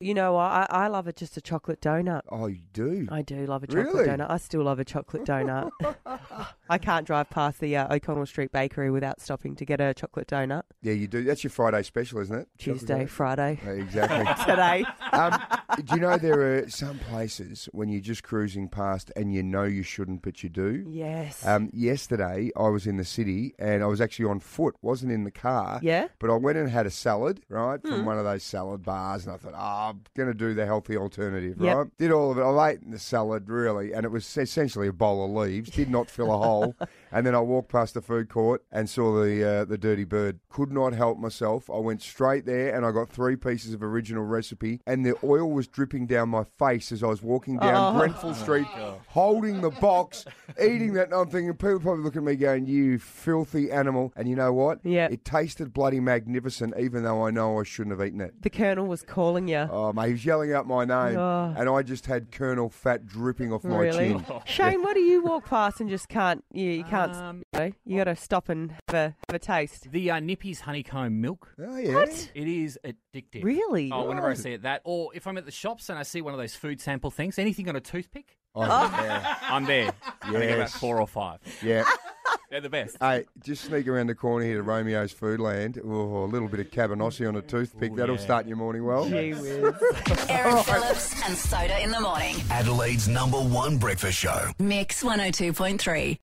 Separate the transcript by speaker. Speaker 1: You know, I I love it just a chocolate donut.
Speaker 2: Oh, you do?
Speaker 1: I do love a chocolate
Speaker 2: Really?
Speaker 1: donut. I still love a chocolate donut. I can't drive past the uh, O'Connell Street Bakery without stopping to get a chocolate donut.
Speaker 2: Yeah, you do. That's your Friday special, isn't it?
Speaker 1: Tuesday,
Speaker 2: Chocolate
Speaker 1: Friday,
Speaker 2: donut. Yeah, Exactly.
Speaker 1: today.
Speaker 2: um, do you know there are some places when you're just cruising past and you know you shouldn't, but you do?
Speaker 1: Yes.
Speaker 2: Um, yesterday, I was in the city and I was actually on foot, wasn't in the car.
Speaker 1: Yeah.
Speaker 2: But I went and had a salad, right, from one of those salad bars, and I thought, oh, I'm going to do the healthy alternative,
Speaker 1: Yep.
Speaker 2: right? Did all of it. I ate in the salad, really, and it was essentially a bowl of leaves, did not fill a hole. And then I walked past the food court and saw the, uh, the dirty bird. Could not help myself. I went straight there and I got three pieces of original recipe, and the oil was dripping down my face as I was walking down Grenfell Street, holding the box, eating that. And I'm thinking, people probably look at me going, you filthy animal. And you know what?
Speaker 1: Yeah.
Speaker 2: It tasted bloody magnificent, even though I know I shouldn't have eaten it.
Speaker 1: the Colonel was calling you.
Speaker 2: Oh, mate, he was yelling out my name,
Speaker 1: Oh.
Speaker 2: and I just had Colonel Fat dripping off my
Speaker 1: really?
Speaker 2: chin.
Speaker 1: Shane, what do you walk past and just can't? You, you can't.
Speaker 2: Uh,
Speaker 1: s-
Speaker 3: Um,
Speaker 1: you know? you got to stop and have a have a taste.
Speaker 3: The uh, Nippy's honeycomb milk.
Speaker 2: Oh, yeah.
Speaker 3: It is addictive.
Speaker 1: Really?
Speaker 3: Oh, whenever I
Speaker 2: Right.
Speaker 3: see it, that or if I'm at the shops and I see one of those food sample things, anything on a toothpick,
Speaker 2: Oh, yeah.
Speaker 3: I'm there. I think about
Speaker 2: Yes.
Speaker 3: four or five.
Speaker 2: yeah.
Speaker 3: They're the best.
Speaker 2: Hey, just sneak around the corner here to Romeo's Foodland. Oh, a little bit of cabanossi on a toothpick. That'll start your morning well.
Speaker 1: Gee whiz.
Speaker 4: Aaron Phillips and Soda in the morning. oh
Speaker 5: Adelaide's number one breakfast show.
Speaker 4: Mix 102.3.